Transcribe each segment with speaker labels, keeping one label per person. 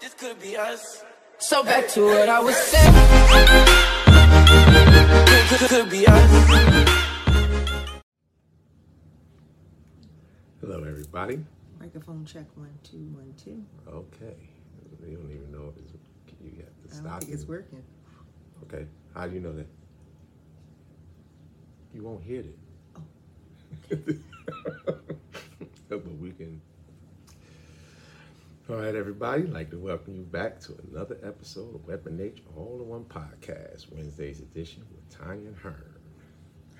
Speaker 1: This could be us.
Speaker 2: So back to what I was saying.
Speaker 1: Could, could, could be us.
Speaker 3: Hello, everybody.
Speaker 4: Microphone check one two one two.
Speaker 3: Okay. You don't even know if it's you got the
Speaker 4: I
Speaker 3: stop.
Speaker 4: don't think it's working.
Speaker 3: Okay. How do you know that? You won't hear it.
Speaker 4: Oh.
Speaker 3: but we can. All right, everybody. I'd like to welcome you back to another episode of Weapon H All in One Podcast, Wednesday's edition with Tanya and Hearn.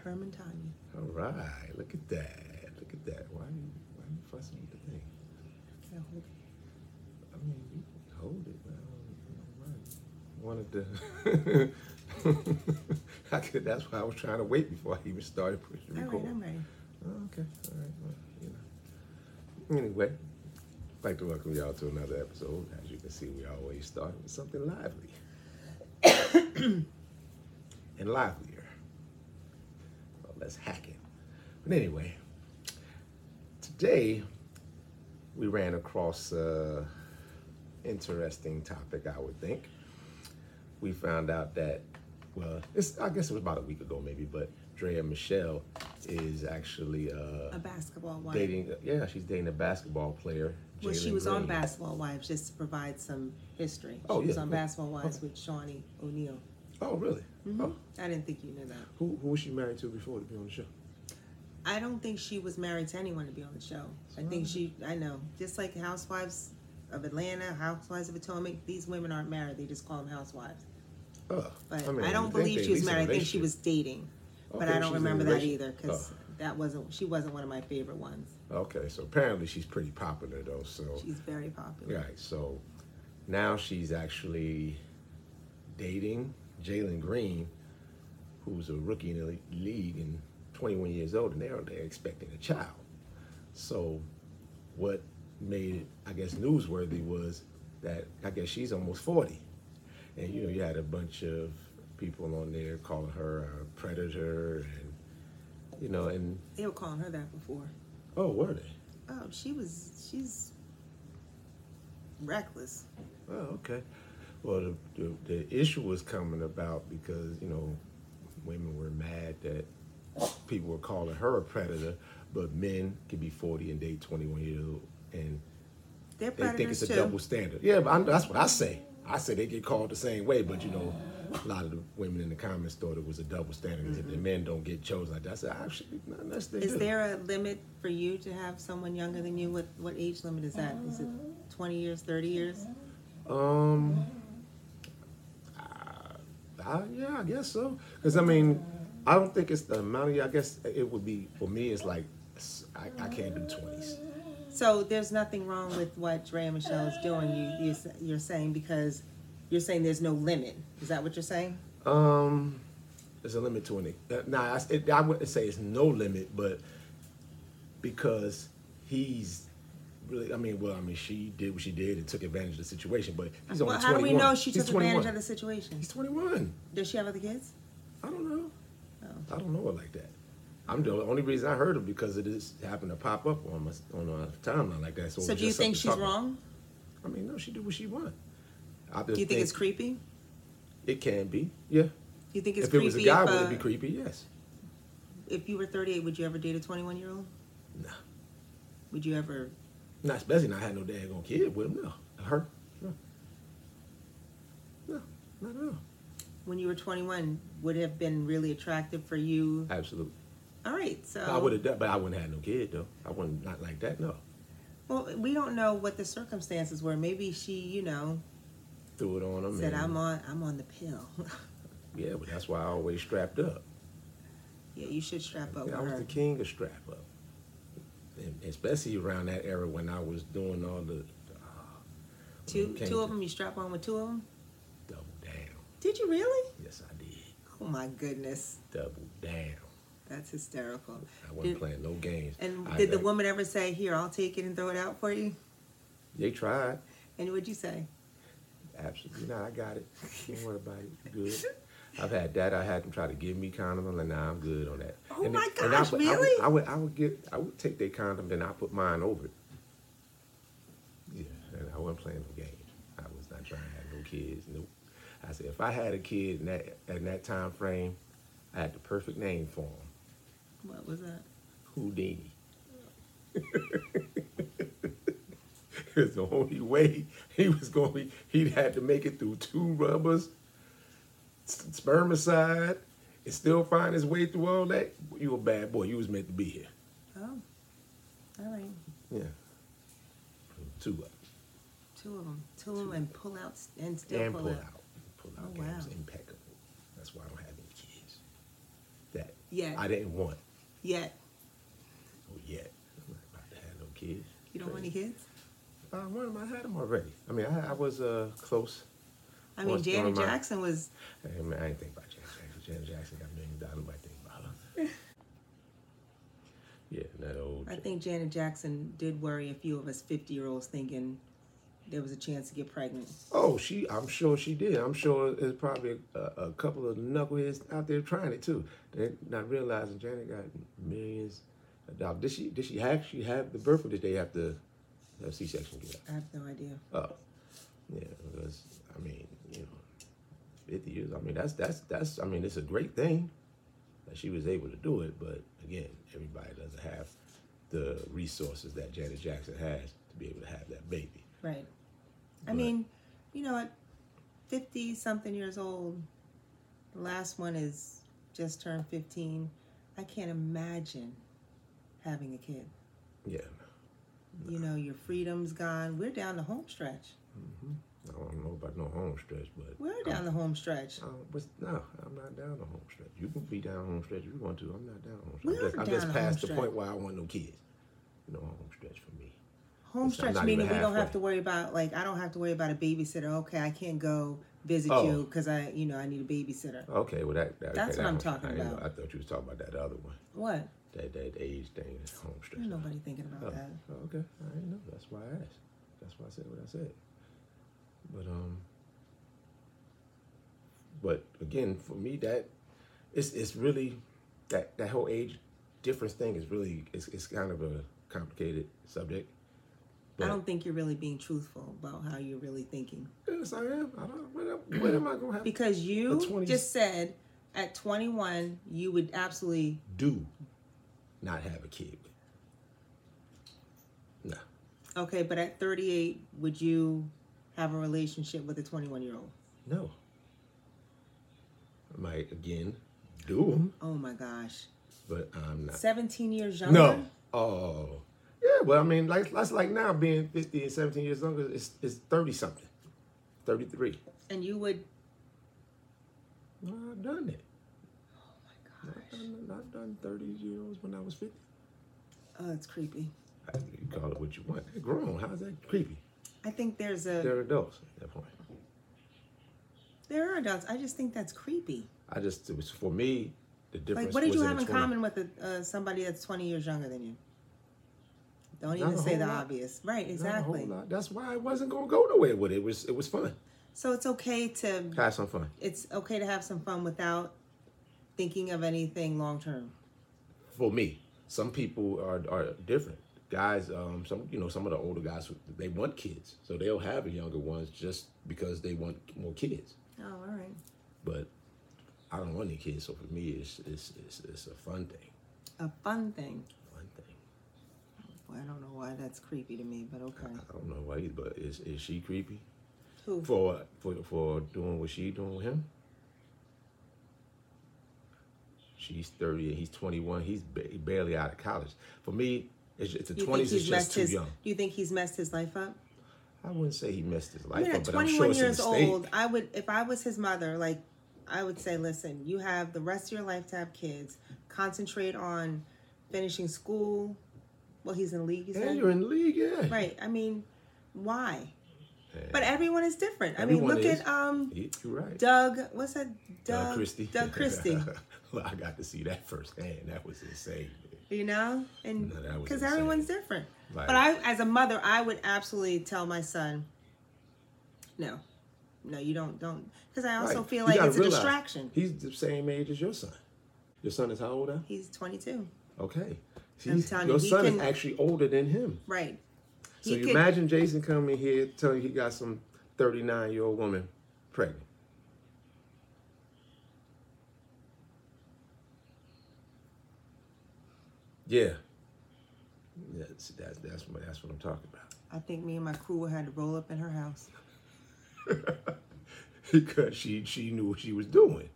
Speaker 4: Herman Tanya.
Speaker 3: All right. Look at that. Look at that. Why are you, why are you fussing with the thing?
Speaker 4: I hope-
Speaker 3: I mean, you can hold it, but I don't, I don't mind. Wanted to. I could, that's why I was trying to wait before I even started pushing
Speaker 4: All
Speaker 3: record.
Speaker 4: right, I'm ready.
Speaker 3: Oh, okay, all right, well, you know. Anyway, I'd like to welcome y'all to another episode. As you can see, we always start with something lively and livelier. Well, let's hack it. But anyway, today we ran across a interesting topic, I would think. We found out that, well, it's, I guess it was about a week ago maybe, but Drea Michelle is actually uh,
Speaker 4: A basketball wife.
Speaker 3: dating, yeah, she's dating a basketball player.
Speaker 4: Well, she
Speaker 3: Jalen
Speaker 4: was on
Speaker 3: Green.
Speaker 4: Basketball Wives just to provide some history.
Speaker 3: Oh,
Speaker 4: she was
Speaker 3: yeah, Oh.
Speaker 4: on
Speaker 3: yeah.
Speaker 4: Basketball Wives
Speaker 3: Okay.
Speaker 4: with Shawnee O'Neal.
Speaker 3: Oh, really?
Speaker 4: Mm-hmm.
Speaker 3: Oh,
Speaker 4: I didn't think you knew that.
Speaker 3: who, who was she married to before to be on the show?
Speaker 4: I don't think she was married to anyone to be on the show. I think she, I know, just like Housewives of Atlanta, Housewives of Potomac, these women aren't married. They just call them housewives.
Speaker 3: Oh,
Speaker 4: But I,
Speaker 3: mean,
Speaker 4: don't
Speaker 3: you'd think
Speaker 4: believe
Speaker 3: they
Speaker 4: she was
Speaker 3: at least in a
Speaker 4: married. I think she
Speaker 3: relationship.
Speaker 4: was dating. but
Speaker 3: Okay,
Speaker 4: I
Speaker 3: Oh, she's
Speaker 4: don't
Speaker 3: in a
Speaker 4: remember that either
Speaker 3: relationship.
Speaker 4: because
Speaker 3: Oh.
Speaker 4: that wasn't she wasn't one of my favorite ones.
Speaker 3: Okay, so apparently she's pretty popular though. So
Speaker 4: She's very popular.
Speaker 3: right, so now she's actually dating Jalen Green, who's a rookie in the le- league and 21 years old, and they're they're expecting a child. So what made it, I guess, newsworthy was that I guess she's almost 40, and you know you had a bunch of people on there calling her a predator, and you know, and
Speaker 4: They were calling her that before.
Speaker 3: oh, were they?
Speaker 4: Oh, she was she's reckless.
Speaker 3: Oh, okay. Well, the, the, the issue was coming about because, you know, women were mad that people were calling her a predator, but men could be 40 and date 21 years old. And
Speaker 4: They're
Speaker 3: they
Speaker 4: predators
Speaker 3: think it's a
Speaker 4: too.
Speaker 3: double standard. Yeah, but I, that's what I say. I say they get called the same way, but you know, a lot of the women in the comments thought it was a double standard.
Speaker 4: Mm-hmm.
Speaker 3: If the men don't get chosen like that, I said, actually, not unless they
Speaker 4: Is
Speaker 3: do.
Speaker 4: there a limit for you to have someone younger than you? What what age limit is that? Is it twenty years, thirty years?
Speaker 3: Um, I, yeah, I guess so. Because I mean, I don't think it's the amount of. I guess it would be for me. It's like s- I, I can't do twenties.
Speaker 4: So there's nothing wrong with what Dre and Michelle is doing. You you're, s- you're saying because you're saying there's no limit. Is that what you're saying?
Speaker 3: Um, there's a limit to it. Uh, Nah, I s- it, I wouldn't say it's no limit, but because he's really. I mean, well, I mean, she did what she did and took advantage of the situation, but he's only
Speaker 4: Well, how do we
Speaker 3: 21.
Speaker 4: know she
Speaker 3: He's
Speaker 4: took advantage
Speaker 3: 21.
Speaker 4: of the situation?
Speaker 3: He's twenty-one.
Speaker 4: Does she have other kids?
Speaker 3: I don't know.
Speaker 4: Oh.
Speaker 3: I don't know her like that. I'm the only reason I heard her because it just happened to pop up on my on our timeline like that. So, it
Speaker 4: So
Speaker 3: was
Speaker 4: do you
Speaker 3: just
Speaker 4: think she's
Speaker 3: something to talk
Speaker 4: wrong?
Speaker 3: about. I mean, no, she did what she wanted. I just
Speaker 4: Do you think it's creepy? Do
Speaker 3: It can be, yeah.
Speaker 4: you think it's
Speaker 3: if it
Speaker 4: creepy?
Speaker 3: was a guy,
Speaker 4: if,
Speaker 3: would
Speaker 4: uh,
Speaker 3: it be creepy? Yes.
Speaker 4: if you were 38, would you ever date a 21 year old?
Speaker 3: No,
Speaker 4: Would you ever?
Speaker 3: not especially not had no daggone kid with him. No, her. No, no, not at all.
Speaker 4: When you were 21, would it have been really attractive for you.
Speaker 3: Absolutely.
Speaker 4: All right, so
Speaker 3: I would have done, but I wouldn't have had no kid though. I wouldn't not like that. No,
Speaker 4: Well, we don't know what the circumstances were. Maybe she, you know,
Speaker 3: threw it on him.
Speaker 4: said
Speaker 3: and-
Speaker 4: I'm on, I'm on the pill.
Speaker 3: Yeah, but that's why I always strapped up.
Speaker 4: yeah, you should strap up
Speaker 3: Yeah, I
Speaker 4: with
Speaker 3: was
Speaker 4: her.
Speaker 3: the king of strap up, and especially around that era when I was doing all the
Speaker 4: Two,
Speaker 3: Okay.
Speaker 4: two of them. You strap on with two of them.
Speaker 3: double down.
Speaker 4: Did you really?
Speaker 3: Yes, I did
Speaker 4: Oh my goodness,
Speaker 3: double down.
Speaker 4: that's hysterical.
Speaker 3: I wasn't
Speaker 4: Did-
Speaker 3: playing no games.
Speaker 4: And
Speaker 3: I
Speaker 4: did the
Speaker 3: let-
Speaker 4: woman ever say, "Here, I'll take it and throw it out for you"?
Speaker 3: They tried.
Speaker 4: And what'd you say?
Speaker 3: Absolutely not. I got it. Don't worry about it. You Good. I've had that. I had them try to give me condom. I'm like, nah, I'm good on that.
Speaker 4: Oh
Speaker 3: and
Speaker 4: my
Speaker 3: and
Speaker 4: gosh,
Speaker 3: I would, I would,
Speaker 4: really?
Speaker 3: I would, I would get, I would take their condom and I put mine over it. Yeah, and I wasn't playing no games. I was kids. Nope. I said if I had a kid in that in that time frame, I had the perfect name for him.
Speaker 4: What was that?
Speaker 3: Houdini. it's the only way he was going. to He had to make it through two rubbers, s- spermicide, and still find his way through all that. You a bad boy. You was meant to be here.
Speaker 4: Oh, all right.
Speaker 3: Yeah. Two up
Speaker 4: Two of them. Two of them and pull out s- and still
Speaker 3: and
Speaker 4: pull,
Speaker 3: pull out.
Speaker 4: out.
Speaker 3: Pull out
Speaker 4: Oh,
Speaker 3: game was
Speaker 4: wow.
Speaker 3: impeccable. That's why I don't have any kids. That
Speaker 4: Yeah.
Speaker 3: I didn't want.
Speaker 4: Yet
Speaker 3: Oh yet. I'm not about to have no kids.
Speaker 4: you don't want any
Speaker 3: Crazy.
Speaker 4: kids.
Speaker 3: Uh, one of them, I had them already. I mean, I, I was uh, close.
Speaker 4: I mean,
Speaker 3: What's
Speaker 4: Janet
Speaker 3: going on?
Speaker 4: Jackson was.
Speaker 3: I, mean, I didn't think about Janet Jackson. Janet Jackson got a million dollars. Nobody think about her. yeah, that old.
Speaker 4: I
Speaker 3: Ja-
Speaker 4: think Janet Jackson did worry a few of us fifty-year-olds, thinking there was a chance to get pregnant.
Speaker 3: Oh, she. I'm sure she did. I'm sure there's probably a, a couple of knuckleheads out there trying it too. They're not realizing Janet got millions of dollars. Did she? Did she actually have the birth, or did they have to have C-section to get
Speaker 4: I have no idea.
Speaker 3: out? Oh, yeah. Because I mean, you know, fifty years. I mean, that's that's that's. I mean, it's a great thing that she was able to do it. But again, everybody doesn't have the resources that Janet Jackson has to be able to have that baby.
Speaker 4: Right. I
Speaker 3: But-
Speaker 4: mean, you know, at 50 something years old, the last one is just turned 15. I can't imagine having a kid.
Speaker 3: Yeah.
Speaker 4: You know, your freedom's gone. We're down the home stretch.
Speaker 3: I don't know about no home stretch, but
Speaker 4: We're down the home stretch.
Speaker 3: Uh, but no, I'm not down the home stretch. You can be down home stretch if you want to. I'm not down home
Speaker 4: We
Speaker 3: stretch. I'm just,
Speaker 4: are
Speaker 3: I'm
Speaker 4: down
Speaker 3: just
Speaker 4: the
Speaker 3: past
Speaker 4: home
Speaker 3: the
Speaker 4: stretch.
Speaker 3: point where I want no kids. No home stretch for me.
Speaker 4: Home
Speaker 3: I'm
Speaker 4: stretch
Speaker 3: not even
Speaker 4: meaning we don't have
Speaker 3: halfway.
Speaker 4: to worry about, like, I don't have to worry about a babysitter. Okay, I can't go visit
Speaker 3: Oh.
Speaker 4: you because I, you know, I need a babysitter.
Speaker 3: Okay, well that, that
Speaker 4: That's
Speaker 3: okay,
Speaker 4: what I'm
Speaker 3: that home-
Speaker 4: talking
Speaker 3: I ain't know-
Speaker 4: about.
Speaker 3: I thought you was talking about that other one.
Speaker 4: What?
Speaker 3: That that age thing, that home stretch.
Speaker 4: There's nobody thinking about
Speaker 3: Oh,
Speaker 4: that.
Speaker 3: oh, okay. I didn't know. That's why I asked. That's why I said what I said. But um. But again, for me, that it's it's really that that whole age difference thing is really it's it's kind of a complicated subject.
Speaker 4: I
Speaker 3: But-
Speaker 4: don't think you're really being truthful about how you're really thinking.
Speaker 3: Yes, I am. I don't. What am, what am I gonna have to
Speaker 4: Because you
Speaker 3: A 20
Speaker 4: just said at 21 you would absolutely
Speaker 3: do? Not have a kid with. No.
Speaker 4: okay, but at 38 would you have a relationship with a 21 year old?
Speaker 3: No. I might again do 'em,
Speaker 4: Oh my gosh,
Speaker 3: but I'm not.
Speaker 4: 17 years younger.
Speaker 3: No. Oh. Yeah, well, I mean, like that's like now being 50 and 17 years younger it's it's 30 something. 33.
Speaker 4: and you would.
Speaker 3: No, I've done it.
Speaker 4: Oh my
Speaker 3: I've
Speaker 4: gosh,
Speaker 3: done, I've done 30 year olds when I was 50.
Speaker 4: oh, it's creepy.
Speaker 3: I, you call it what you want. They're grown. How's that creepy?
Speaker 4: I think there's a
Speaker 3: They're adults at that point.
Speaker 4: there are adults. I just think that's creepy.
Speaker 3: I just it was for me the difference.
Speaker 4: Like, what did
Speaker 3: was
Speaker 4: you
Speaker 3: in
Speaker 4: have
Speaker 3: the
Speaker 4: in
Speaker 3: 20
Speaker 4: common with a, uh, somebody that's 20 years younger than you? Don't
Speaker 3: Not a
Speaker 4: even say
Speaker 3: whole
Speaker 4: the
Speaker 3: lot.
Speaker 4: obvious. Right,
Speaker 3: Not a whole
Speaker 4: exactly.
Speaker 3: lot. That's why I wasn't gonna go nowhere with it. It was it was fun.
Speaker 4: So it's okay to
Speaker 3: Have some fun.
Speaker 4: it's okay to have some fun without thinking of anything long term.
Speaker 3: for me. Some people are are different. Guys, um, some you know, some of the older guys they want kids, so they'll have the younger ones just because they want more kids.
Speaker 4: Oh, all right.
Speaker 3: But I don't want any kids, so for me, it's it's it's, it's a fun thing.
Speaker 4: A fun thing.
Speaker 3: Fun thing.
Speaker 4: Well, I don't know why that's creepy to me, but okay.
Speaker 3: I don't know why, either, but is is she creepy
Speaker 4: Who?
Speaker 3: for for for doing what she doing with him? She's thirty and he's twenty one. He's ba- barely out of college. For me, it's, it's the
Speaker 4: Do you think
Speaker 3: twenties is
Speaker 4: he's
Speaker 3: just
Speaker 4: messed
Speaker 3: too
Speaker 4: his-
Speaker 3: young.
Speaker 4: Do you think he's messed his life up?
Speaker 3: I wouldn't say he messed his
Speaker 4: I
Speaker 3: life
Speaker 4: mean,
Speaker 3: up,
Speaker 4: at
Speaker 3: but I'm sure
Speaker 4: 21
Speaker 3: it's a
Speaker 4: years
Speaker 3: mistake.
Speaker 4: old, I would, if I was his mother, like, I would say, listen, you have the rest of your life to have kids. Concentrate on finishing school. Well, he's in the league, you
Speaker 3: And
Speaker 4: said?
Speaker 3: you're in the league, yeah.
Speaker 4: Right. I mean, why?
Speaker 3: And
Speaker 4: But everyone is different. I
Speaker 3: Everyone
Speaker 4: mean, look
Speaker 3: is.
Speaker 4: at um,
Speaker 3: he- you're right.
Speaker 4: Doug, what's that? Doug,
Speaker 3: Doug Christie.
Speaker 4: Doug Christie.
Speaker 3: well, I got to see that firsthand. That was insane.
Speaker 4: you know, and
Speaker 3: No, that was
Speaker 4: because
Speaker 3: insane.
Speaker 4: everyone's different.
Speaker 3: Like-
Speaker 4: but I, as a mother, I would absolutely tell my son, no, no, you don't, don't, because I also
Speaker 3: Right.
Speaker 4: feel
Speaker 3: You
Speaker 4: like
Speaker 3: gotta
Speaker 4: it's a
Speaker 3: realize,
Speaker 4: distraction.
Speaker 3: He's the same age as your son. Your son is how old now?
Speaker 4: He's 22,
Speaker 3: Okay.
Speaker 4: I'm
Speaker 3: He's-
Speaker 4: telling
Speaker 3: your
Speaker 4: you, he
Speaker 3: son is
Speaker 4: can-
Speaker 3: actually older than him.
Speaker 4: right?
Speaker 3: So
Speaker 4: He
Speaker 3: you
Speaker 4: could-
Speaker 3: imagine Jason coming here telling you he got some 39 year old woman pregnant. Yeah. That's that's that's what that's what I'm talking about.
Speaker 4: I think me and my crew had to roll up in her house.
Speaker 3: because she she knew what she was doing.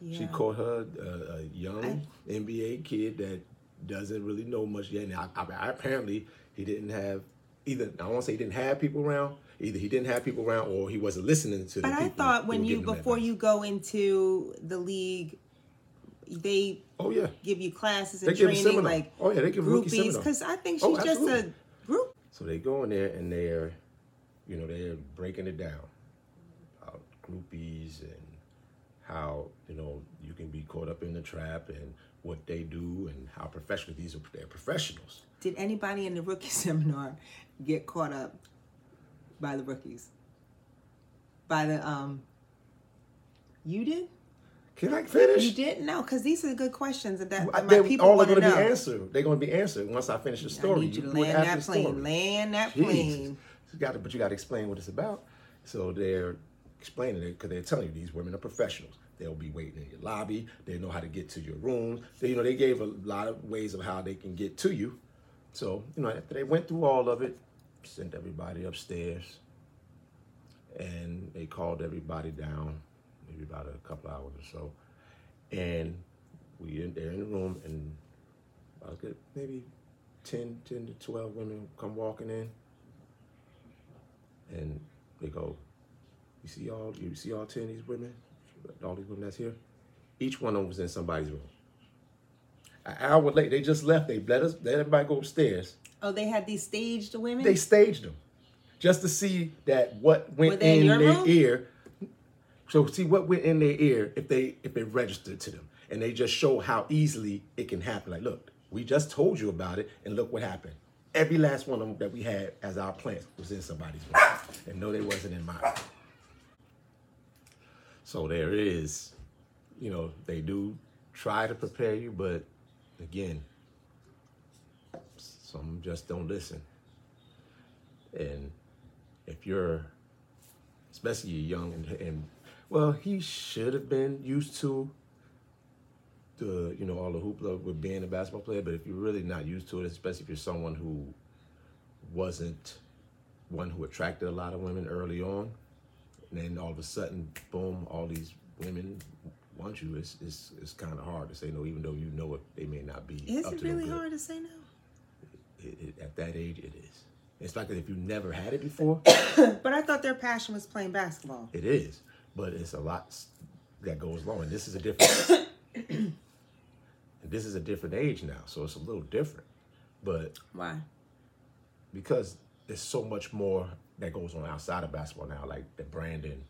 Speaker 4: Yeah.
Speaker 3: She caught her uh, a young NBA kid that doesn't really know much yet. And I, I, I- apparently he didn't have either. I won't say he didn't have people around. Either he didn't have people around, or he wasn't listening to.
Speaker 4: But
Speaker 3: the
Speaker 4: I
Speaker 3: people
Speaker 4: thought
Speaker 3: who
Speaker 4: when
Speaker 3: were
Speaker 4: you
Speaker 3: giving him
Speaker 4: before
Speaker 3: advice.
Speaker 4: you go into the league, they
Speaker 3: Oh yeah.
Speaker 4: give you classes
Speaker 3: They
Speaker 4: and
Speaker 3: give a
Speaker 4: training
Speaker 3: seminar.
Speaker 4: like
Speaker 3: Oh, yeah, they give a rookie
Speaker 4: groupies
Speaker 3: seminar.
Speaker 4: because I think
Speaker 3: Oh,
Speaker 4: she's just a
Speaker 3: absolutely.
Speaker 4: group.
Speaker 3: So they go in there and they're, you know, they're breaking it down about groupies and how you know you can be caught up in the trap and what they do and how professional these are. They're professionals.
Speaker 4: Did anybody in the rookie seminar get caught up by the rookies? By the um, you did.
Speaker 3: Can I finish?
Speaker 4: You didn't know because these are good questions and that,
Speaker 3: I-
Speaker 4: that my
Speaker 3: they
Speaker 4: people
Speaker 3: all are
Speaker 4: want
Speaker 3: going
Speaker 4: to
Speaker 3: to be
Speaker 4: know.
Speaker 3: answered. They're going to be answered once I finish the story.
Speaker 4: I need you to
Speaker 3: would
Speaker 4: land
Speaker 3: have
Speaker 4: that
Speaker 3: the
Speaker 4: plane.
Speaker 3: story.
Speaker 4: Land that
Speaker 3: Jesus.
Speaker 4: plane.
Speaker 3: You got to, but you got to explain what it's about. So they're explaining it because they're telling you these women are professionals. They'll be waiting in your lobby. They know how to get to your room. They, you know, they gave a lot of ways of how they can get to you. So you know, after they went through all of it, sent everybody upstairs, and they called everybody down, maybe about a couple hours or so, and we in there in the room and I was good, maybe 10, 10 to 12 women come walking in. And they go, you see all, you see all 10 of these women, all these women that's here? Each one of them was in somebody's room. An hour late, they just left. They let us, let everybody go upstairs.
Speaker 4: Oh, they had these staged women.
Speaker 3: They staged them just to see that what
Speaker 4: Were
Speaker 3: went
Speaker 4: they in
Speaker 3: in,
Speaker 4: your
Speaker 3: their
Speaker 4: room?
Speaker 3: ear. So see what went in their ear if they if it registered to them, and they just show how easily it can happen. Like, look, we just told you about it, and look what happened. Every last one of them that we had as our plants was in somebody's room, and no, they wasn't in mine. So there is, you know, they do try to prepare you, but again, some just don't listen. And if you're, especially you're young, and, and well, he should have been used to the, you know, all the hoopla with being a basketball player. But if you're really not used to it, especially if you're someone who wasn't one who attracted a lot of women early on, and then all of a sudden, boom, all these women want you. It's it's, it's kind of hard to say no, even though you know it, they may not be.
Speaker 4: Is
Speaker 3: up
Speaker 4: it
Speaker 3: to no
Speaker 4: really
Speaker 3: good
Speaker 4: hard to say no?
Speaker 3: it, it, at that age, it is. It's like if you never had it before,
Speaker 4: But I thought their passion was playing basketball.
Speaker 3: it is. But it's a lot s- that goes along, and this is a different. and this is a different age now, so it's a little different. But
Speaker 4: Why?
Speaker 3: because there's so much more that goes on outside of basketball now, like the branding,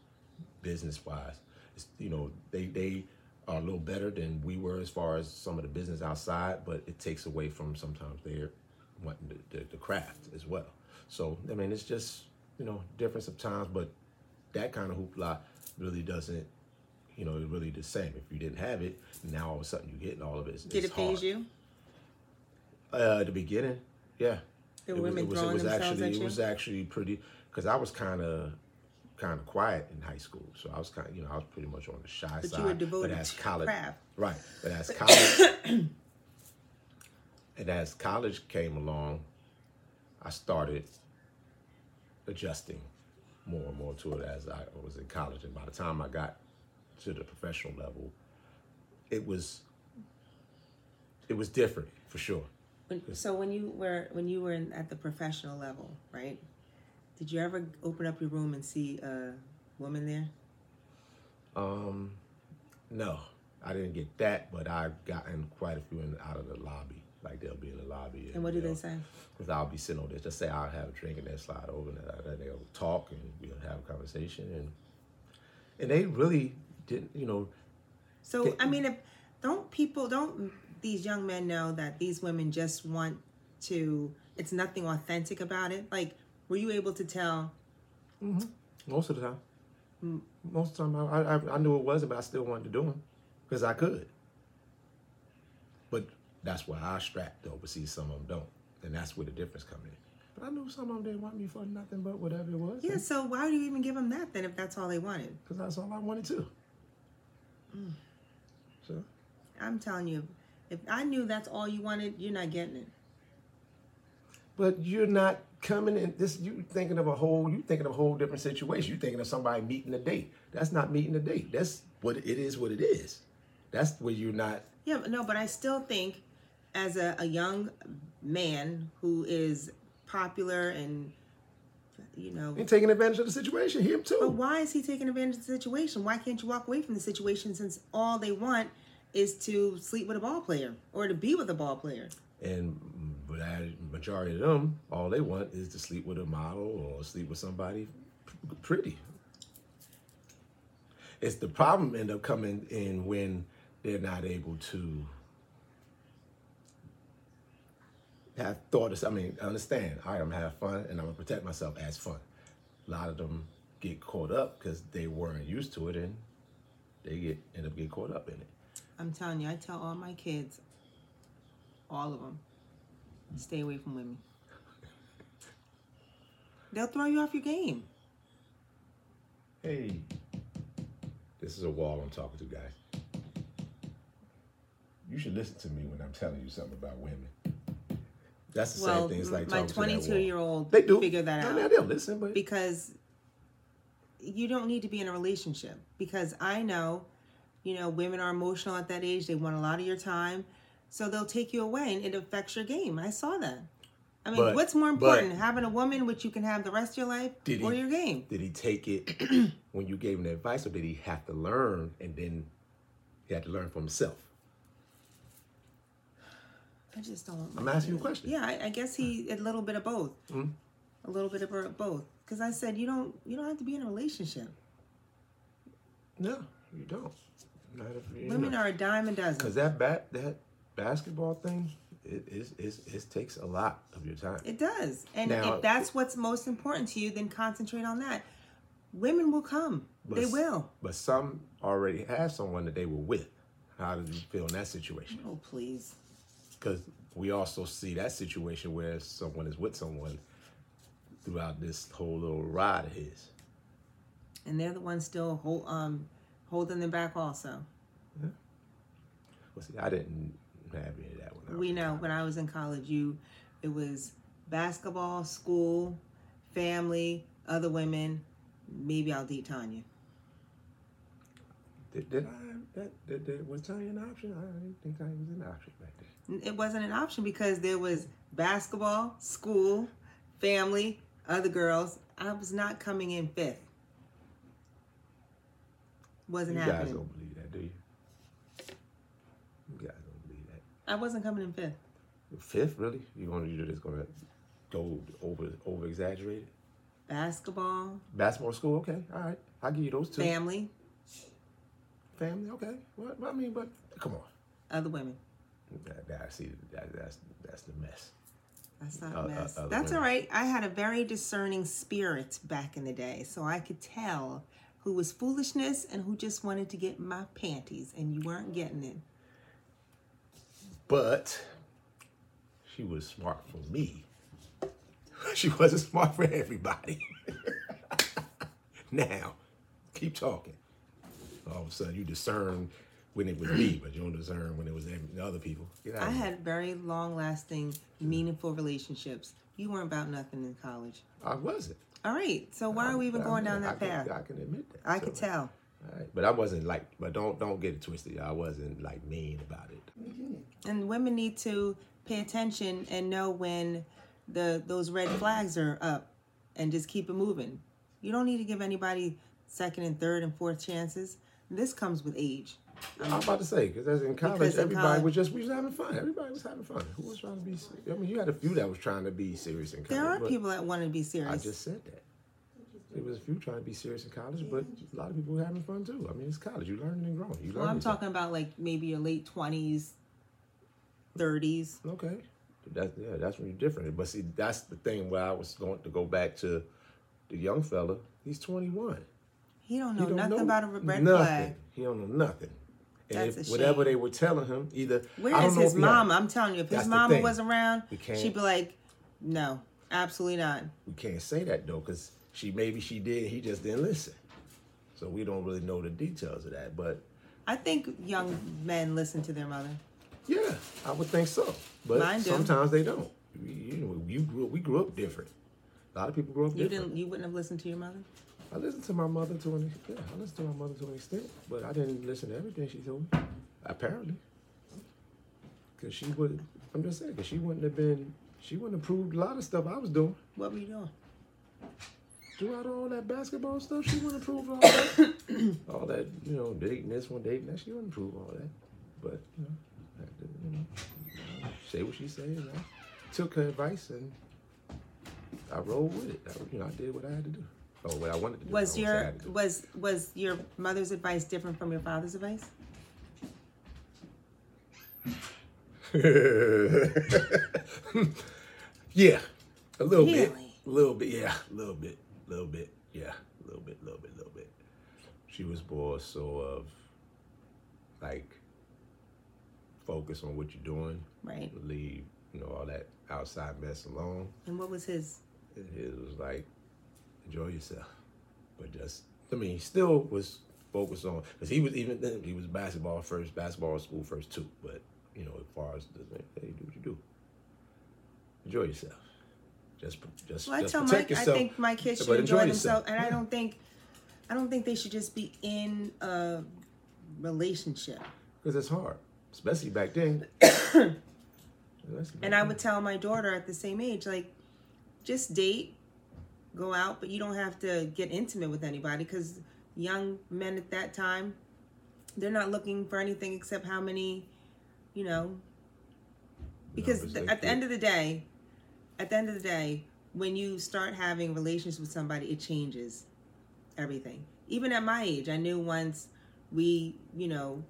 Speaker 3: business wise. It's, you know, they they are a little better than we were as far as some of the business outside, but it takes away from sometimes their wanting the, the, the craft as well. So I mean, it's just you know difference of times, but that kind of hoopla really doesn't. You know, it's really the same. If you didn't have it, now all of a sudden you're getting all of it. It's-
Speaker 4: Did
Speaker 3: it's
Speaker 4: it phase
Speaker 3: hard.
Speaker 4: you?
Speaker 3: Uh, the beginning, yeah.
Speaker 4: The
Speaker 3: was-
Speaker 4: women
Speaker 3: was,
Speaker 4: throwing
Speaker 3: it was
Speaker 4: themselves
Speaker 3: actually,
Speaker 4: at
Speaker 3: It
Speaker 4: you?
Speaker 3: was actually pretty, because I was kind of, kind of quiet in high school. So I was kind, of, you know, I was pretty much on the shy
Speaker 4: But
Speaker 3: side.
Speaker 4: you were devoted
Speaker 3: but as
Speaker 4: to
Speaker 3: college,
Speaker 4: craft.
Speaker 3: right? But as college, and as college came along, I started adjusting more and more to it as I was in college. And by the time I got to the professional level, it was, it was different for sure.
Speaker 4: When, so when you were when you were in, at the professional level, right? Did you ever open up your room and see a woman there?
Speaker 3: Um, no, I didn't get that, but I've gotten quite a few in, out of the lobby. Like they'll be in the lobby.
Speaker 4: And what do they
Speaker 3: they'll-
Speaker 4: say?
Speaker 3: Cause I'll be sitting over there. Just say I'll have a drink and they'll slide over and they'll- and they'll talk and we'll have a conversation and and they really didn't, you know,
Speaker 4: So
Speaker 3: They-
Speaker 4: I mean, if, don't people don't these young men know that these women just want to? It's nothing authentic about it. Like, were you able to tell?
Speaker 3: most of the time. Most of the time, I, I, I knew it wasn't, but I still wanted to do them because I could. But that's why I strapped though. But see, some of them don't, and that's where the difference comes in. But I knew some of them didn't want me for nothing but whatever it was.
Speaker 4: Yeah, so why would you even give them that then if that's all they wanted?
Speaker 3: Because that's all I wanted too. So,
Speaker 4: I'm telling you, if I knew that's all you wanted, you're not getting it.
Speaker 3: but you're not coming in this. You thinking of a whole. You thinking of a whole different situation. You thinking of somebody meeting a date. That's not meeting a date. That's what it is. What it is. That's where you're not.
Speaker 4: Yeah, but no, but I still think as a, a young man who is popular and, you know,
Speaker 3: You're taking advantage of the situation. Him too.
Speaker 4: but why is he taking advantage of the situation? Why can't you walk away from the situation since all they want is to sleep with a ball player or to be with a ball player?
Speaker 3: And the majority of them, all they want is to sleep with a model or sleep with somebody p- pretty. It's the problem end up coming in when they're not able to have thought of. I mean, understand. All right, I'm gonna have fun and I'm gonna protect myself as fun. A lot of them get caught up because they weren't used to it and they get end up getting caught up in it.
Speaker 4: I'm telling you, I tell all my kids, all of them, stay away from women. They'll throw you off your game.
Speaker 3: Hey. This is a wall I'm talking to, guys. You should listen to me when I'm telling you something about women. That's the
Speaker 4: Well,
Speaker 3: same thing. It's like
Speaker 4: my
Speaker 3: talking to that wall.
Speaker 4: 22-year-old
Speaker 3: They do
Speaker 4: figured that
Speaker 3: No,
Speaker 4: out.
Speaker 3: no, they'll listen, but
Speaker 4: because you don't need to be in a relationship because i know you know women are emotional at that age they want a lot of your time so they'll take you away and it affects your game i saw that i mean
Speaker 3: But-
Speaker 4: what's more
Speaker 3: but-
Speaker 4: important having a woman which you can have the rest of your life
Speaker 3: Did he-
Speaker 4: or your game
Speaker 3: did he take it when you gave him the advice, or did he have to learn and then he had to learn for himself?
Speaker 4: i just don't want my
Speaker 3: I'm asking you a question. Hmm?
Speaker 4: yeah I, I guess he a little bit of both a little bit of bo- both because i said you don't you don't have to be in a relationship
Speaker 3: No, you don't. Not if you
Speaker 4: women
Speaker 3: know.
Speaker 4: are a dime a dozen
Speaker 3: because that bat that basketball thing, it is it, it, it takes a lot of your time.
Speaker 4: It does. And
Speaker 3: Now-
Speaker 4: if that's what's most important to you, then concentrate on that. Women will come. they
Speaker 3: s-
Speaker 4: will.
Speaker 3: But some already have someone that they were with. How did you feel in that situation?
Speaker 4: Oh, please.
Speaker 3: Because we also see that situation where someone is with someone throughout this whole little ride of his.
Speaker 4: And they're the ones still hold, um, holding them back also.
Speaker 3: Well, see, I didn't have any of that when I was
Speaker 4: We
Speaker 3: in
Speaker 4: know
Speaker 3: college.
Speaker 4: when I was in college, you, it was basketball, school, family, other women. Maybe I'll date Tanya.
Speaker 3: Did, did I? That, did, did, was Tanya an option? I didn't think I was an option back then.
Speaker 4: N- It wasn't an option because there was basketball, school, family, other girls. I was not coming in fifth. Wasn't
Speaker 3: you
Speaker 4: happening.
Speaker 3: guys don't believe that, do you? You guys don't believe that.
Speaker 4: I wasn't coming in fifth.
Speaker 3: Fifth, really? You gonna you just gonna go over over exaggerated?
Speaker 4: Basketball,
Speaker 3: Basketball school, okay, all right. I'll give you those two.
Speaker 4: family,
Speaker 3: Family, okay. Well, I mean, but come on.
Speaker 4: other women.
Speaker 3: That, that, see, that, that's that's the mess.
Speaker 4: That's not
Speaker 3: O- o-
Speaker 4: a mess.
Speaker 3: Uh, other
Speaker 4: That's all
Speaker 3: women.
Speaker 4: right. I had a very discerning spirit back in the day, so I could tell who was foolishness and who just wanted to get my panties, and you weren't getting it.
Speaker 3: But she was smart for me. She wasn't smart for everybody. now, keep talking. All of a sudden, you discern when it was me, but you don't discern when it was every- the other people. Get out
Speaker 4: I
Speaker 3: of here.
Speaker 4: had very long lasting, meaningful relationships. You weren't about nothing in college.
Speaker 3: I wasn't.
Speaker 4: All right, so why are we even
Speaker 3: I-
Speaker 4: going
Speaker 3: I-
Speaker 4: down that
Speaker 3: I can-
Speaker 4: path?
Speaker 3: I can admit that.
Speaker 4: I
Speaker 3: So,
Speaker 4: could tell.
Speaker 3: all right. But I wasn't like, but don't don't get it twisted. y'all. I wasn't like mean about it.
Speaker 4: and women need to pay attention and know when the those red flags are up and just keep it moving you don't need to give anybody second and third and fourth chances this comes with age
Speaker 3: I was about to say because as in college,
Speaker 4: Because in
Speaker 3: everybody
Speaker 4: college-
Speaker 3: was just we was having fun. Everybody was having fun. Who was trying to be? se- I mean, you had a few that was trying to be serious in college.
Speaker 4: there are
Speaker 3: but
Speaker 4: people that want to be
Speaker 3: I
Speaker 4: serious
Speaker 3: just said that. There was a few trying to be serious in college, but a lot of people were having fun too. I mean, it's college. You learning and growing. You learn.
Speaker 4: well i'm
Speaker 3: yourself.
Speaker 4: talking about like maybe your late 20s 30s
Speaker 3: Okay. That's yeah, that's when you're different. But see, that's the thing where I was going to go back to the young fella. He's 21.
Speaker 4: he don't
Speaker 3: He
Speaker 4: know
Speaker 3: don't
Speaker 4: nothing
Speaker 3: know
Speaker 4: about a red
Speaker 3: nothing.
Speaker 4: flag
Speaker 3: He don't know nothing. And
Speaker 4: That's
Speaker 3: if
Speaker 4: a
Speaker 3: whatever
Speaker 4: shame.
Speaker 3: they were telling him, either I
Speaker 4: where
Speaker 3: don't
Speaker 4: is
Speaker 3: know
Speaker 4: his
Speaker 3: if he had-
Speaker 4: mama i'm telling you if
Speaker 3: That's
Speaker 4: his
Speaker 3: the
Speaker 4: mama
Speaker 3: thing.
Speaker 4: was around
Speaker 3: We can't-
Speaker 4: she'd be like no Absolutely not.
Speaker 3: We can't say that though, because she maybe she did, he just didn't listen. So we don't really know the details of that. But
Speaker 4: I think young men listen to their mother.
Speaker 3: yeah, I would think so. But
Speaker 4: Mine do.
Speaker 3: sometimes they don't. You, you know, you grew we grew up different. A lot of people grew up
Speaker 4: You
Speaker 3: different.
Speaker 4: didn't. You wouldn't have listened to your mother.
Speaker 3: I listened to my mother to an yeah, I listened to my mother to an extent, but I didn't listen to everything she told me. Apparently, because she would. I'm just saying, 'cause she wouldn't have been. She wouldn't have proved a lot of stuff I was doing
Speaker 4: What were you doing?
Speaker 3: throughout all that basketball stuff. She wouldn't approve all that. all that, you know, dating this one, dating that. She wouldn't approve all that. But you know, I had to, you know, say what she said. And I took her advice and I rolled with it. I, you know, I did what I had to do. Oh, what I wanted to do. I
Speaker 4: Was
Speaker 3: won't say I
Speaker 4: your
Speaker 3: had to do.
Speaker 4: was was your mother's advice different from your father's advice?
Speaker 3: yeah, a little bit,
Speaker 4: Really?
Speaker 3: a little bit, yeah, a little bit, a little bit, yeah, a little bit, a little bit, a little bit. She was more so of like focus on what you're doing,
Speaker 4: Right.
Speaker 3: leave you know all that outside mess alone.
Speaker 4: And what was his?
Speaker 3: And It was like enjoy yourself, but just I mean, he still was focused on because he was even then he was basketball first, basketball school first too. But you know, as far as the, hey, do what you do, enjoy yourself. Just, just,
Speaker 4: Well, I
Speaker 3: just
Speaker 4: tell
Speaker 3: protect
Speaker 4: Mike. I
Speaker 3: yourself,
Speaker 4: think my kids should
Speaker 3: but
Speaker 4: enjoy
Speaker 3: yourself.
Speaker 4: themselves, and I don't think, I don't think they should just be in a relationship.
Speaker 3: Because it's hard, especially back then.
Speaker 4: And I would tell my daughter at the same age, like, just date, go out, but you don't have to get intimate with anybody because young men at that time, they're not looking for anything except how many, you know, because
Speaker 3: Numbers
Speaker 4: th-
Speaker 3: they
Speaker 4: at the
Speaker 3: put.
Speaker 4: end of the day, at the end of the day, when you start having relations with somebody, it changes everything. Even at my age, I knew once we, you know,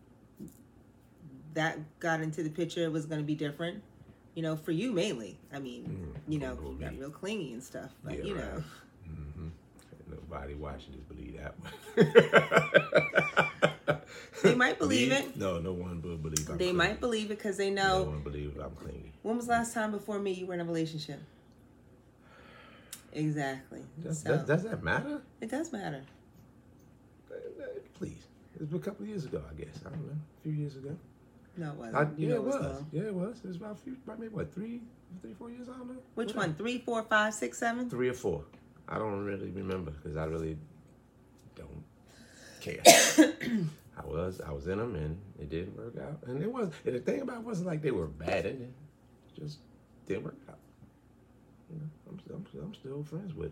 Speaker 4: that got into the picture, it was going to be different. You know, for you mainly. I mean, you know,
Speaker 3: for
Speaker 4: you
Speaker 3: me.
Speaker 4: got real clingy and stuff, but
Speaker 3: Mm, Yeah,
Speaker 4: you
Speaker 3: right.
Speaker 4: know,
Speaker 3: Nobody watching this believe that.
Speaker 4: They might believe it.
Speaker 3: No, no one will believe. I'm
Speaker 4: they
Speaker 3: clean.
Speaker 4: might believe it because they
Speaker 3: No
Speaker 4: know.
Speaker 3: one believe I'm clean.
Speaker 4: When was the last time before me you were in a relationship? Exactly.
Speaker 3: Does,
Speaker 4: so
Speaker 3: does, does that matter?
Speaker 4: it does matter.
Speaker 3: Uh, uh, Please. It was a couple of years ago, I guess. I don't know. A few years ago.
Speaker 4: No, it wasn't.
Speaker 3: I,
Speaker 4: Uh, You
Speaker 3: yeah,
Speaker 4: know
Speaker 3: it
Speaker 4: was
Speaker 3: was.
Speaker 4: long.
Speaker 3: Yeah, it was. It was about, a few, about maybe, what, three, three, four years? I don't know.
Speaker 4: Which
Speaker 3: Whatever.
Speaker 4: one? Three, four, five, six, seven?
Speaker 3: Three or four. I don't really remember because I really don't care. I was I was in them and it didn't work out. And it was and the thing about it wasn't like they were bad in it. It Just didn't work out. You know, I'm, I'm, I'm still friends with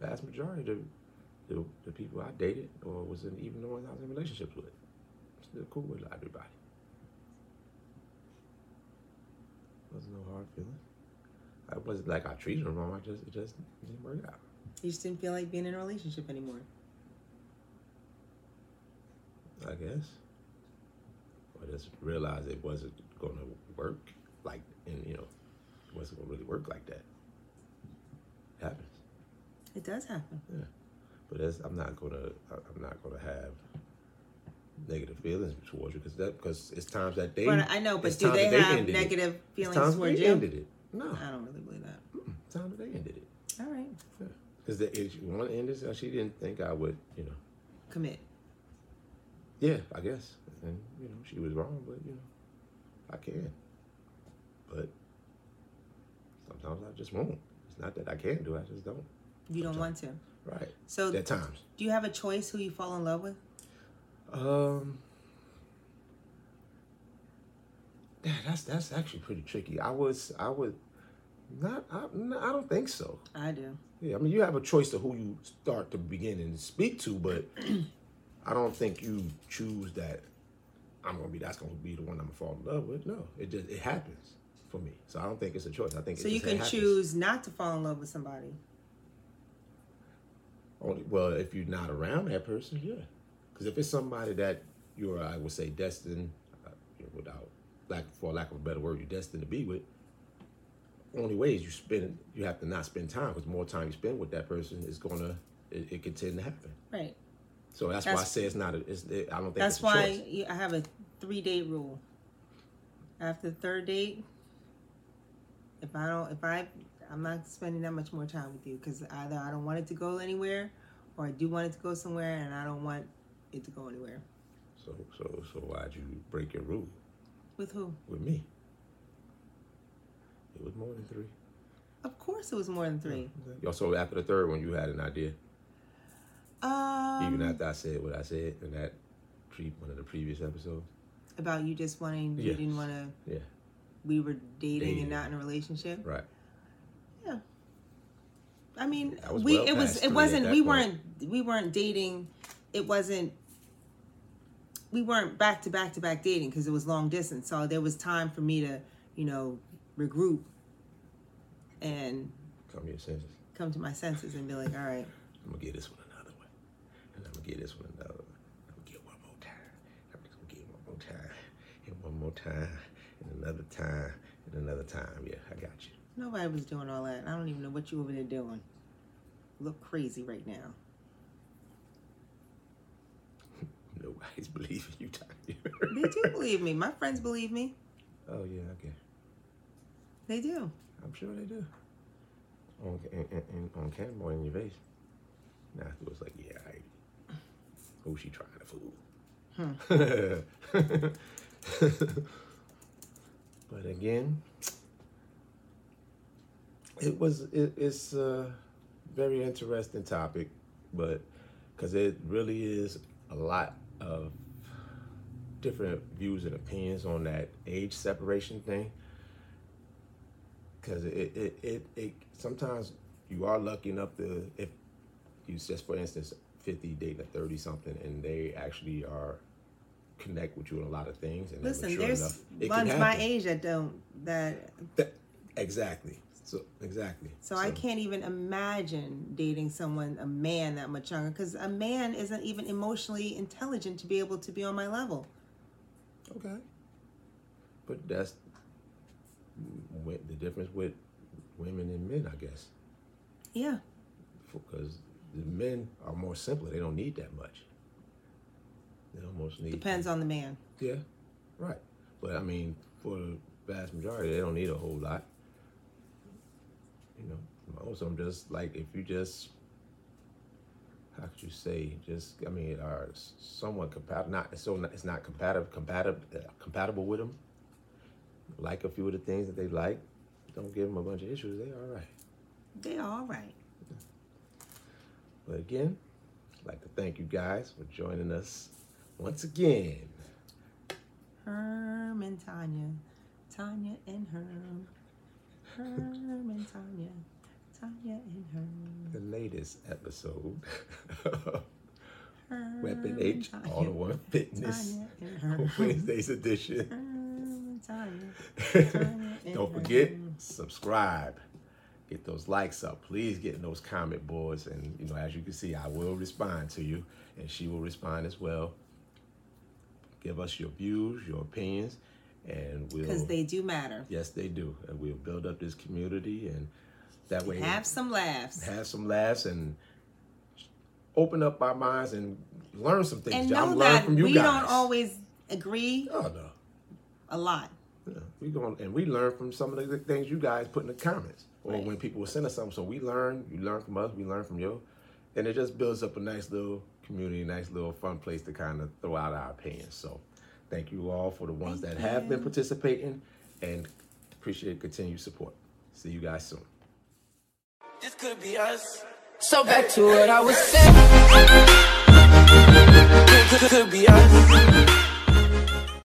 Speaker 3: vast majority of the, the, the people I dated or was in even the ones I was in relationships with. Still cool with everybody. Wasn't no hard feeling. I wasn't like I treated them wrong. I just it just didn't work out.
Speaker 4: You just didn't feel like being in a relationship anymore.
Speaker 3: I guess. I just realized it wasn't going to work like, and you know, it wasn't going to really work like that. It happens,
Speaker 4: It does happen.
Speaker 3: yeah. But that's, I'm not going to, I'm not going to have negative feelings towards you because that because it's times that they.
Speaker 4: But I know, but
Speaker 3: it's
Speaker 4: do
Speaker 3: times
Speaker 4: they
Speaker 3: that
Speaker 4: have
Speaker 3: ended it.
Speaker 4: negative
Speaker 3: It's
Speaker 4: feelings
Speaker 3: times
Speaker 4: towards
Speaker 3: they
Speaker 4: you? Oh.
Speaker 3: ended it. No,
Speaker 4: I don't really believe that.
Speaker 3: mm, it's times that they ended it.
Speaker 4: All right.
Speaker 3: Because if one ended, so she didn't think I would, you know.
Speaker 4: Commit.
Speaker 3: Yeah, I guess. And you know, she was wrong, but you know, I can. But sometimes I just won't. It's not that I can't do; it, I just don't.
Speaker 4: You don't want to.
Speaker 3: Right.
Speaker 4: So
Speaker 3: At times.
Speaker 4: do you have a choice who you fall in love with?
Speaker 3: Um. Yeah, that's that's actually pretty tricky. I was I would not I, no, I don't think so.
Speaker 4: I do.
Speaker 3: Yeah, I mean you have a choice to who you start to begin and speak to, but I don't think you choose that I'm gonna be that's gonna be the one I'm gonna fall in love with. No, it just it happens for me. So I don't think it's a choice. I think it
Speaker 4: So you
Speaker 3: just
Speaker 4: can
Speaker 3: happens.
Speaker 4: choose not to fall in love with somebody.
Speaker 3: Only, well, if you're not around that person, yeah. Because if it's somebody that you're, I would say, destined, uh, you know, without lack for lack of a better word, you're destined to be with. Only way is you spend, you have to not spend time because more time you spend with that person is gonna, it, it can tend to happen.
Speaker 4: Right.
Speaker 3: So that's, why I
Speaker 4: That's-
Speaker 3: say it's not. A, it's, it, I don't think
Speaker 4: That's
Speaker 3: it's a
Speaker 4: why
Speaker 3: choice.
Speaker 4: you- I have a three date rule. After the third date, if I don't, if I, I'm not spending that much more time with you because either I don't want it to go anywhere, or I do want it to go somewhere, and I don't want it to go anywhere.
Speaker 3: So so so why'd you break your rule
Speaker 4: With who?
Speaker 3: with me? It was more than three.
Speaker 4: Of course, it was more than three.
Speaker 3: Yo, so after the third one, you had an idea.
Speaker 4: Um,
Speaker 3: Even after I said what I said in that pre- one of the previous episodes.
Speaker 4: about you just wanting you
Speaker 3: Yeah.
Speaker 4: didn't want to.
Speaker 3: Yeah,
Speaker 4: We were dating,
Speaker 3: Dating.
Speaker 4: and not in a relationship.
Speaker 3: right.
Speaker 4: Yeah. I mean,
Speaker 3: That was
Speaker 4: we
Speaker 3: well
Speaker 4: it
Speaker 3: past
Speaker 4: was
Speaker 3: three
Speaker 4: it
Speaker 3: at
Speaker 4: wasn't
Speaker 3: that
Speaker 4: we
Speaker 3: point.
Speaker 4: weren't we weren't dating. It wasn't we weren't back to back to back dating because it was long distance. So there was time for me to, you know, regroup and
Speaker 3: Come to your senses.
Speaker 4: come to my senses and be like, all right,
Speaker 3: I'm gonna get this one another way, and I'm gonna get this one another way. I'm gonna get one more time. I'm just gonna get one more time, and one more time, and another time, and another time. Yeah, I got you.
Speaker 4: nobody was doing all that. I don't even know what you over there doing. Look crazy right now.
Speaker 3: Nobody's believing you,
Speaker 4: They
Speaker 3: Tanya.
Speaker 4: do believe me. My friends believe me.
Speaker 3: oh yeah, okay.
Speaker 4: They do.
Speaker 3: I'm sure they do. On and, and, and on camera or in your face. Now it was like, yeah, I, who she trying to fool? but again, it was it, it's a very interesting topic, but because it really is a lot of different views and opinions on that age separation thing because it, it, it, it sometimes you are lucky enough to if you just for instance 50 dating a 30 something and they actually are connect with you on a lot of things and they're
Speaker 4: Listen,
Speaker 3: mature
Speaker 4: there's
Speaker 3: enough, it can
Speaker 4: ones my
Speaker 3: happen.
Speaker 4: age that don't that
Speaker 3: That- exactly so exactly
Speaker 4: So I can't even imagine dating someone, a man that much younger, because a man isn't even emotionally intelligent to be able to be on my level.
Speaker 3: okay but that's wi- the difference with women and men i guess
Speaker 4: Yeah.
Speaker 3: because the men are more simpler they don't need that much they almost need
Speaker 4: Depends on the man.
Speaker 3: Yeah, right. But I mean, for the vast majority, they don't need a whole lot. You know, most of them just like if you just, how could you say, just I mean, are somewhat compatible. Not so not, it's not compatible compatible uh, compatible with them. Like a few of the things that they like, don't give them a bunch of issues. They all right.
Speaker 4: They are all right.
Speaker 3: But again, I'd like to thank you guys for joining us once again.
Speaker 4: Herm and Tanya. Tanya and Herm. Herm and Tanya. Tanya and Herm.
Speaker 3: The latest episode.
Speaker 4: Herm
Speaker 3: Weapon
Speaker 4: and
Speaker 3: H,
Speaker 4: Tanya.
Speaker 3: All in One Fitness,
Speaker 4: Tanya and Herm.
Speaker 3: Wednesday's edition.
Speaker 4: Herm and Tanya. and
Speaker 3: Don't forget,
Speaker 4: Herm.
Speaker 3: subscribe. Get those likes up. Please get in those comment boards. And, you know, as you can see, I will respond to you, and she will respond as well. Give us your views, your opinions, and we'll.
Speaker 4: Because they do matter.
Speaker 3: yes, they do. And we'll build up this community, and that way
Speaker 4: Have some laughs.
Speaker 3: have some laughs and open up our minds and learn some things.
Speaker 4: and
Speaker 3: Y'all
Speaker 4: know
Speaker 3: learn
Speaker 4: that
Speaker 3: from you
Speaker 4: we
Speaker 3: guys.
Speaker 4: don't always agree
Speaker 3: Oh no.
Speaker 4: a lot.
Speaker 3: Yeah, we going and we learn from some of the things you guys put in the comments or
Speaker 4: Right.
Speaker 3: when people send us something. So we learn, you learn from us, we learn from you, and it just builds up a nice little community, a nice little fun place to kind of throw out our opinions. So thank you all for the ones that have been participating, and appreciate continued support. See you guys soon.
Speaker 1: This could be us.
Speaker 2: So back to what I was saying.